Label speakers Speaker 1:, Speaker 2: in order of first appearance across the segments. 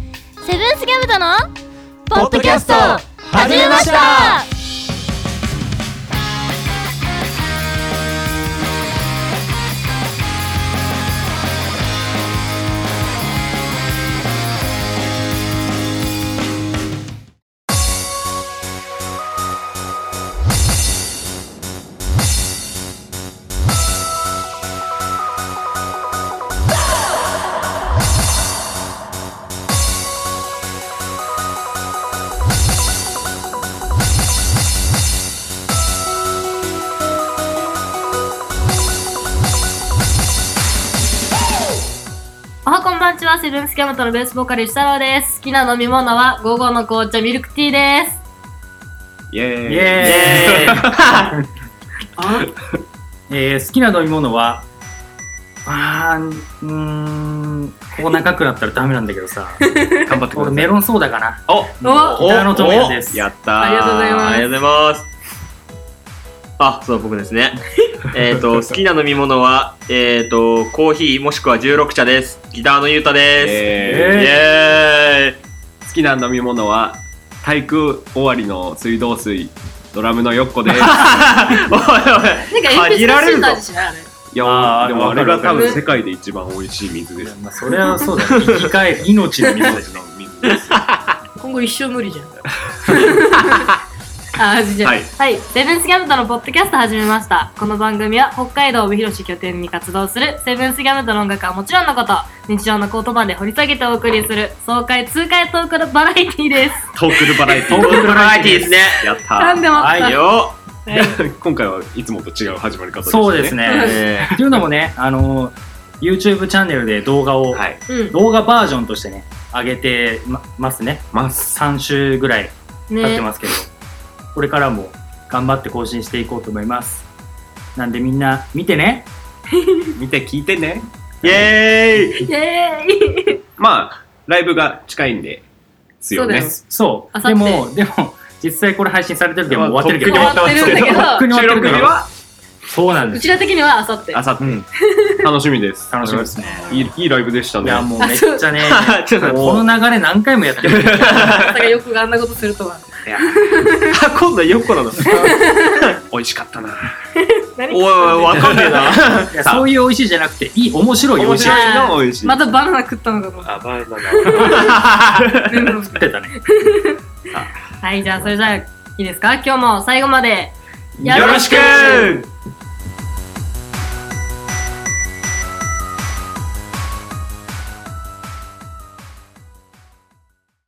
Speaker 1: ルースギャムとの
Speaker 2: ポッドキャスト始めました
Speaker 3: おはこんばんちは、セブンスキャムトのベースボーカル、石太郎です。好きな飲み物は、午後の紅茶、ミルクティーです。
Speaker 4: イエーイ
Speaker 2: イエーイ
Speaker 3: あ
Speaker 2: えー好きな飲み物はあーうーんここ長くなったらダメなんだけど さ
Speaker 4: 頑張ってくださ
Speaker 2: 俺
Speaker 4: い
Speaker 2: メロンソーダかな
Speaker 4: お
Speaker 3: お
Speaker 2: ギターの友也です
Speaker 4: やったー
Speaker 3: ありがとうございます
Speaker 4: ありがとうございますあ、そう、僕ですね。えっと、好きな飲み物は、えっ、と、コーヒーもしくは16茶です。ギターのゆうたです。
Speaker 2: ーイ
Speaker 4: イエーイ
Speaker 5: 好きな飲み物は体育終わりの水道水ドラムのよっこ です
Speaker 3: なんか、
Speaker 4: おいおい、
Speaker 3: 鉛筆
Speaker 4: 限られ
Speaker 3: の
Speaker 4: る
Speaker 3: ん
Speaker 4: ぞ
Speaker 3: だ。味しないあれ。
Speaker 5: いや
Speaker 2: あー
Speaker 5: でもあれが多
Speaker 2: わか
Speaker 3: るわかる
Speaker 5: 分世界で一番美味しい水です
Speaker 2: まあ、それはそうだ、ね、生き返る 命の水だしね
Speaker 5: 水です
Speaker 3: 今後一生無理じゃん。あ、味じゃん。
Speaker 4: は
Speaker 3: はいい。セブンスギャムトのポッドキャスト始めました。この番組は、北海道帯広市拠点に活動する、セブンスギャムトの音楽はもちろんのこと、日常の言葉で掘り下げてお送りする、爽快痛快トークのバラエティーです。
Speaker 4: トークルバラエティ
Speaker 2: トー クルバラエティ
Speaker 4: トークルバラエティですね。やったー。
Speaker 3: なんでもあった
Speaker 4: はいよ
Speaker 3: はい
Speaker 5: 今回はいつもと違う始まり方ですね
Speaker 2: そうです
Speaker 4: ー。
Speaker 2: ね
Speaker 4: え
Speaker 2: っていうのもねあの YouTube チャンネルで動画を、
Speaker 4: ーはい。
Speaker 3: うん。
Speaker 2: 動画バージョンとしてね上げてまますね
Speaker 5: ます
Speaker 2: 3週ぐらい経って
Speaker 3: ね
Speaker 2: ますけど、これからも頑張って更新していこうと思いますなんでみんな見てね
Speaker 5: 見て聞いてね
Speaker 4: イエーイ
Speaker 3: イェーイ
Speaker 5: まあライブが近いんですよ
Speaker 3: そう
Speaker 5: ね
Speaker 3: だよ
Speaker 2: そ
Speaker 3: あ
Speaker 2: う
Speaker 3: さ
Speaker 2: で
Speaker 3: って
Speaker 2: もでも実際これ配信されてるけどもう終わってるけど
Speaker 3: 終わってるんだけど
Speaker 2: とっくに終
Speaker 5: 収
Speaker 2: わって
Speaker 5: 録
Speaker 2: るけ
Speaker 5: 日
Speaker 2: ど
Speaker 5: は
Speaker 2: そうなんで
Speaker 3: う
Speaker 2: す
Speaker 3: ちら的にはあさって。
Speaker 5: あさって楽しみです
Speaker 2: 楽しみですね
Speaker 5: いいいいライブでした
Speaker 2: い
Speaker 5: ね
Speaker 2: やもうめっち ゃね
Speaker 4: ちょっと待って
Speaker 2: この流れ何回もやってる
Speaker 3: まさかよくあんなことすると は。
Speaker 4: あ、今度はよっこなの。
Speaker 5: 美味しかったな
Speaker 3: 何
Speaker 4: おいおい、わかんねえな。
Speaker 2: いやそういう美味しいじゃなくていい面白い美
Speaker 5: 面
Speaker 2: 味しい
Speaker 3: 面
Speaker 5: 白いな美味しい
Speaker 3: またバナナ食ったのかと思っ
Speaker 5: あバーナ
Speaker 3: た。
Speaker 2: 食ってたね
Speaker 3: はい、じゃあそれじゃあいいですか今日も最後まで。
Speaker 5: ナよろしく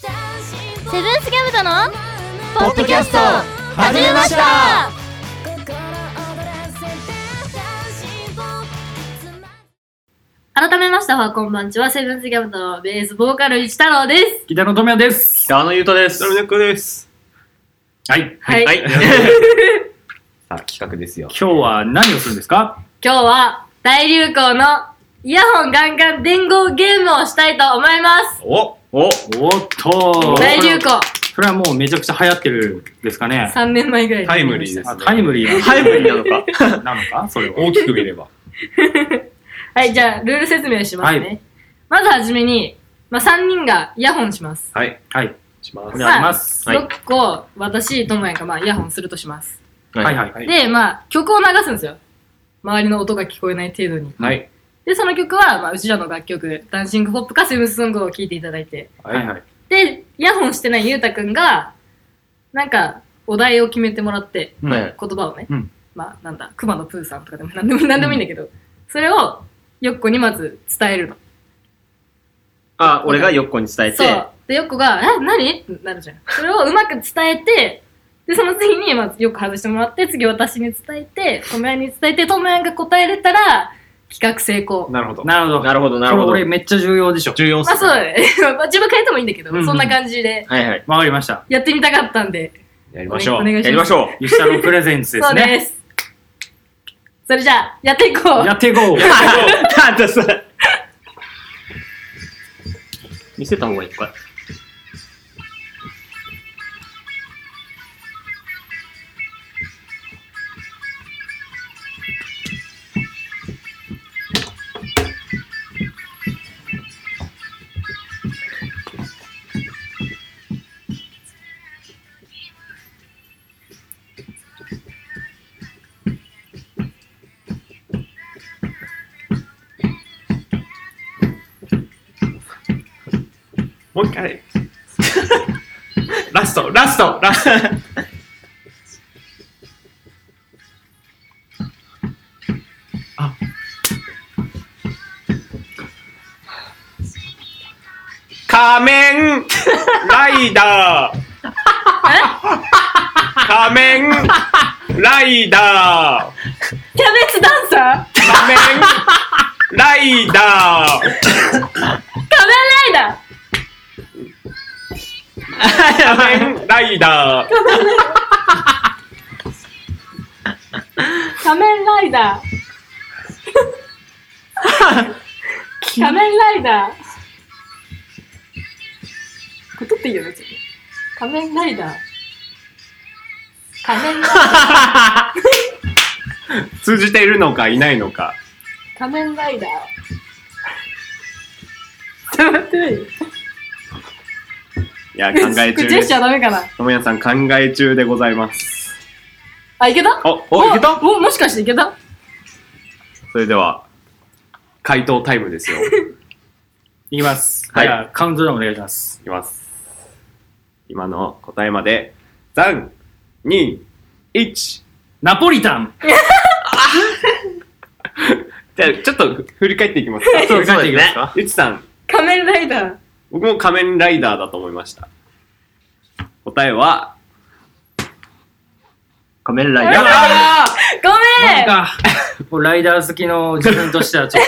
Speaker 1: セブンスギャムとのポッドキャスト
Speaker 2: 始めました
Speaker 3: 改めましては、こんばんちは、セブンスギャムとのベースボーカル、一太郎です。
Speaker 2: 北野智也です
Speaker 4: あのゆうたです。
Speaker 5: ドラムのよっこです
Speaker 2: はい
Speaker 3: はい。
Speaker 4: はい。
Speaker 5: さあ企画ですよ
Speaker 2: 今日は何をするんですか
Speaker 3: 今日は、大流行のイヤホンガンガン伝言ゲームをしたいと思います。
Speaker 5: お
Speaker 4: お
Speaker 2: おっと
Speaker 3: 大流行。
Speaker 2: それはもうめちゃくちゃ流行ってるですかね。
Speaker 3: 3年前ぐらいに
Speaker 5: タイムリーです
Speaker 2: あタイムリー
Speaker 4: タイムリーなのか。
Speaker 2: なのかそれは。
Speaker 5: 大きく見れば
Speaker 3: はい、じゃあ、ルール説明しますね。
Speaker 2: は
Speaker 3: まずはじめに、まあ、3人がイヤホンします。
Speaker 5: はい
Speaker 2: はい。
Speaker 5: しま
Speaker 2: こ
Speaker 5: す
Speaker 2: れあります。はい。
Speaker 3: 6個、私、ともやが、まあ、イヤホンするとします。
Speaker 2: はいはい。
Speaker 5: はい
Speaker 3: で、まあ、曲を流すんですよ。周りの音が聞こえない程度に。
Speaker 5: はい
Speaker 3: で、その曲は、まあ、うちらの楽曲、ダンシングポップかセブンスソングを聴いていただいて。
Speaker 2: はいはい。
Speaker 3: で、イヤホンしてないゆうたくんが、なんか、お題を決めてもらって、
Speaker 2: うん
Speaker 4: はい
Speaker 3: 言葉をね、
Speaker 2: うん
Speaker 3: まあ、なんだ、熊のプーさんとかでもなんでも、なんでもいいんだけど、それを、よっこにまず伝えるの。
Speaker 4: あ、俺がよっこに伝えて。
Speaker 3: そう。で、よっこが、え、何ってなるじゃん。それをうまく伝えて、で、その次に、まあ、よく外してもらって、次私に伝えて、ともやんに伝えて、ともやんが答えれたら、企画成功。
Speaker 5: なるほど
Speaker 2: なるほど。
Speaker 4: なるほど、な
Speaker 2: こ
Speaker 4: る
Speaker 2: れ
Speaker 4: ほど。
Speaker 2: 俺めっちゃ重要でしょ。
Speaker 4: 重要っ
Speaker 3: まあ、そう だね。まあ自分変えてもいいんだけど、
Speaker 2: うんうん
Speaker 3: そんな感じで、
Speaker 4: はいはい。
Speaker 2: わかりました。
Speaker 3: やってみたかったんで、
Speaker 5: やり
Speaker 3: お
Speaker 5: ましょう
Speaker 3: 願い
Speaker 4: や
Speaker 3: お願いし
Speaker 4: り
Speaker 3: ま。
Speaker 4: ますしょ
Speaker 2: ゆきたろプレゼンツで
Speaker 3: そ
Speaker 2: す
Speaker 3: う
Speaker 2: ね。
Speaker 3: です。それじゃあ、やっていこう。
Speaker 2: やっていこう。
Speaker 4: う。なんだそれ。見せた方がいいこれ。
Speaker 6: もう一回。ラスト、ラスト、ラスト。あ仮面ライダー仮面ライダー
Speaker 3: キャベツダンサー
Speaker 6: 仮面ライダー
Speaker 3: 仮面ライダ
Speaker 6: 仮面ライダー
Speaker 3: ー仮面ライダー仮面ライダーこれ撮っていいよ別に仮面ライダー仮面ライダー
Speaker 5: 通じているのかいないのか。
Speaker 3: 仮面ライダー伝わってないよ
Speaker 5: いや、考え
Speaker 3: これ
Speaker 5: 中
Speaker 3: ジェ
Speaker 5: で
Speaker 3: スチ
Speaker 5: す
Speaker 3: ャー。ダメかな
Speaker 5: ともやさん考え中でございます。
Speaker 3: あ、いけた
Speaker 5: お、お、いけた
Speaker 3: お、もしかしていけた
Speaker 5: それでは、回答タイム ですよ。い
Speaker 2: いきます。
Speaker 5: はい
Speaker 2: じゃあ、カウントダウンお願いします。
Speaker 5: きます。今の答えまで、3、2、1。
Speaker 2: ナポリタン
Speaker 5: じゃあ、ちょっと振り返っていきますか。
Speaker 4: そうそうですね。
Speaker 5: ゆちさん、
Speaker 3: 仮面ライダー
Speaker 5: 僕も仮面ライダーだと思いました。答えは、
Speaker 4: 仮面ライダー。
Speaker 5: あ
Speaker 3: ご
Speaker 2: な
Speaker 3: め
Speaker 2: ん
Speaker 3: ん
Speaker 2: か、もうライダー好きの自分としてはちょっ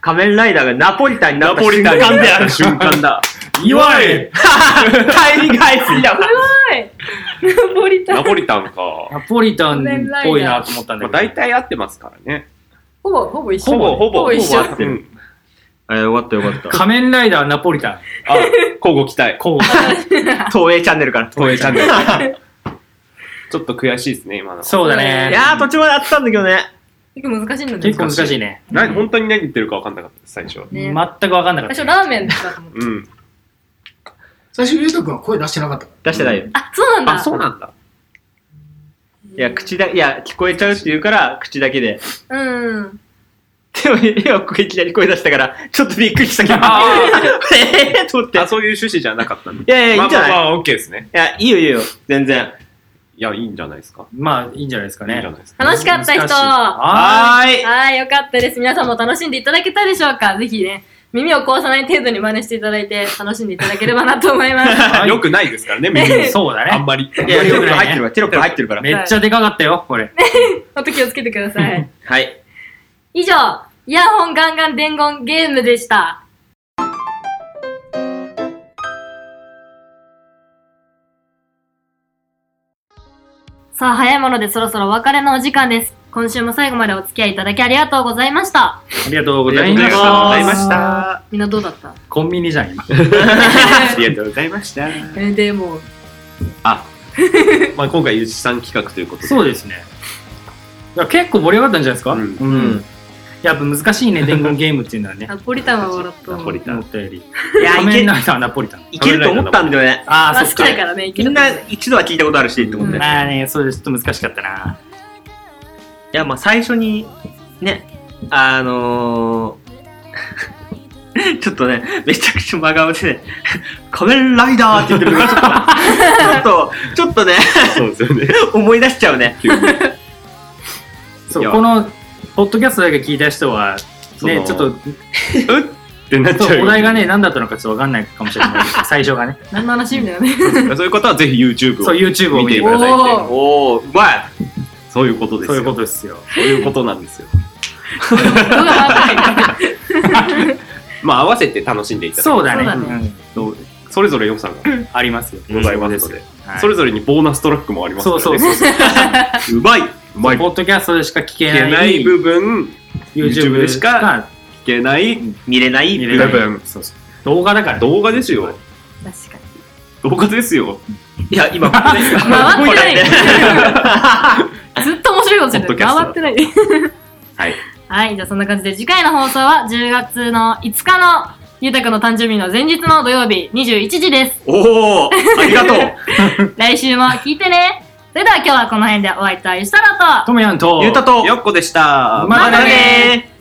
Speaker 4: 仮面ライダーがナポリタンにな
Speaker 5: ナ
Speaker 4: った
Speaker 5: ポリ
Speaker 4: 瞬
Speaker 5: タン
Speaker 4: 間
Speaker 5: にな
Speaker 4: であ
Speaker 5: った
Speaker 4: る。
Speaker 5: 瞬間だ。
Speaker 2: と。岩井
Speaker 4: タイミング合いすぎだわ。
Speaker 3: すごいナ ポリタ
Speaker 5: ナ
Speaker 3: ン
Speaker 5: ポリタンか。
Speaker 2: ナポリタンっぽいなと思ったん
Speaker 5: ま
Speaker 2: だ
Speaker 5: あ、
Speaker 2: けど
Speaker 5: 大。体合ってますからね。
Speaker 3: ほぼ、ほぼ一緒
Speaker 5: ほぼ、ほぼ、ほぼ
Speaker 3: 一緒
Speaker 5: 合ってる。
Speaker 4: えー、よかったよかった。
Speaker 2: 仮面ライダーナポリタン。
Speaker 5: あ、交互期待。
Speaker 2: こう。
Speaker 4: 東映チャンネルから。
Speaker 5: 東映チャンネル。ちょっと悔しいですね、今の。
Speaker 2: そうだね。
Speaker 4: いやー、途中まであったんだけどね。
Speaker 3: 結構難しいんだね
Speaker 2: 結構難しいね。
Speaker 5: な本当に何言ってるか分かんなかったです、最初。
Speaker 3: ね
Speaker 2: 全く分かんなかっ
Speaker 3: 最初
Speaker 2: た。
Speaker 3: ラーメンだと思って
Speaker 5: うん。
Speaker 7: 最初、ゆうとくんは声出してなかったか
Speaker 4: 出してないよ。
Speaker 3: あ、そうなんだ
Speaker 5: あ、そうなんだ。
Speaker 4: いや、口だ、いや、聞こえちゃうって言うから、口だけで。
Speaker 3: うん
Speaker 4: でも、今、これいきなり声出したから、ちょっとびっくりしたけど。えーと思って。
Speaker 5: あ、そういう趣旨じゃなかったんで。
Speaker 4: いやいや、いいんじゃない、
Speaker 5: まあ
Speaker 4: い
Speaker 5: まあまあ、OK ですね。
Speaker 4: や、いいよいいよ。全然。
Speaker 5: いや、いいんじゃないですか。
Speaker 2: まあ、いいんじゃないですか
Speaker 5: いいん
Speaker 2: ね
Speaker 5: じゃ。ないですか。
Speaker 3: 楽しかった人
Speaker 2: 難しいあ
Speaker 4: はーい。
Speaker 3: はい、よかったです。皆さんも楽しんでいただけたでしょうかぜひね、耳を壊さない程度に真似していただいて、楽しんでいただければなと思います。
Speaker 5: あよくないですからね、耳
Speaker 2: ー
Speaker 5: に。
Speaker 2: そうだ
Speaker 5: あん
Speaker 2: ね。
Speaker 5: まり。
Speaker 4: いや、テロップ入ってるから、テロップ入ってるから。
Speaker 2: めっちゃでかかったよ、これ。
Speaker 3: 本当気をつけてください。
Speaker 4: はい。
Speaker 3: 以上、イヤホンガンガン伝言ゲームでした。さあ、早いものでそろそろお別れのお時間です。今週も最後までお付き合いいただきありがとうございました。
Speaker 2: ありがとう
Speaker 5: あ
Speaker 2: ご
Speaker 5: り
Speaker 2: ざ
Speaker 5: がと
Speaker 2: いうま
Speaker 5: ご
Speaker 2: す。
Speaker 5: ざいました。
Speaker 3: みんなどうだった
Speaker 2: コンビニじゃん、今。
Speaker 5: ありがとうございまし た。
Speaker 3: えー、でも、
Speaker 5: あ、まあ今回、ゆうちさん企画ということで。
Speaker 2: そうですね。いや結構盛り上がったんじゃないですか
Speaker 5: う
Speaker 2: うんん。やっぱ難しいね、伝言ゲームっていうのはね。
Speaker 3: ナポリタンは笑ったわ。
Speaker 5: ナポリタン
Speaker 2: 思ったより。
Speaker 4: いや、
Speaker 2: 仮
Speaker 4: い
Speaker 2: 面
Speaker 4: け、
Speaker 2: ライダーナポリタン。
Speaker 4: いけると思ったんだよね。
Speaker 2: あ
Speaker 3: ま
Speaker 2: あ、
Speaker 3: あ、
Speaker 2: そ
Speaker 3: 好
Speaker 2: っ
Speaker 3: き
Speaker 2: か。
Speaker 3: だからね、いけ
Speaker 4: み
Speaker 3: る
Speaker 4: んな一度は聞いたことあるし、って思っ
Speaker 3: うん
Speaker 4: て。い
Speaker 2: まあね、それちょっと難しかったな。
Speaker 4: や、まあ最初に、ね、あのー、 ちょっとね、めちゃくちゃ真顔でね、 仮面ライダーって言ってるのがちょっと、ちょっと、ちょっとね、
Speaker 5: そうですよね。
Speaker 4: 思い出しちゃうね。
Speaker 5: 急に
Speaker 2: そ
Speaker 5: いや
Speaker 2: う、この、ポッドキャストだけ聞いた人は、
Speaker 5: その
Speaker 2: ね、ちょっと、
Speaker 5: ってなっちゃうよ。
Speaker 2: お題がね、何だったのかちょっとわかんないかもしれない。最初がね。
Speaker 3: 何の話みたいなね。
Speaker 5: そういう方はぜひ YouTube を
Speaker 2: そう、YouTube を見て
Speaker 5: 見
Speaker 2: く
Speaker 5: て
Speaker 2: ださい。
Speaker 3: おー
Speaker 4: おー、うまい。
Speaker 5: そういうことです
Speaker 2: そ
Speaker 5: よ
Speaker 2: ういうことですよ。
Speaker 5: そういうことなんですよ
Speaker 3: 動画ばっかり
Speaker 5: まあ合わせて楽しんでいただ
Speaker 2: そうだね。
Speaker 3: そうだね
Speaker 2: うん
Speaker 5: くとそれぞれ良さが
Speaker 2: ありますよ。
Speaker 5: ございますので、
Speaker 2: はい
Speaker 5: それぞれにボーナストラックもあります
Speaker 2: そ
Speaker 5: の
Speaker 2: う
Speaker 5: で
Speaker 2: そうそう。
Speaker 5: うまいうまい
Speaker 2: ポ
Speaker 5: 聞
Speaker 2: ッドキャストでしか聞け
Speaker 5: け
Speaker 2: な
Speaker 5: ないい部分聞
Speaker 2: YouTube
Speaker 5: YouTube
Speaker 2: で
Speaker 5: で
Speaker 2: し
Speaker 5: し
Speaker 2: か
Speaker 5: かけない
Speaker 4: 見れない
Speaker 2: 見
Speaker 5: 部
Speaker 2: れない
Speaker 5: 分
Speaker 2: そうそう動画だから。
Speaker 5: 動画ですよ
Speaker 3: 確か
Speaker 5: 動画ですよ
Speaker 4: いや、今、ここね、
Speaker 3: 回ってない
Speaker 4: 動
Speaker 3: に。ずっと面白いことして
Speaker 5: ポッド
Speaker 3: る。
Speaker 5: キャスト
Speaker 3: 回ってない。
Speaker 5: はい
Speaker 3: はい、じゃあそんな感じで次回の放送は10月の5日のゆうたくんの誕生日の前日の土曜日21時です。
Speaker 4: おおー、あ りがとう。
Speaker 3: 来週も聞いてね。それでは今日はこの辺でお会いいたいしたらと。
Speaker 2: トムヤンと。
Speaker 4: ゆうたと、
Speaker 5: よっこでした
Speaker 2: またね
Speaker 4: またねー。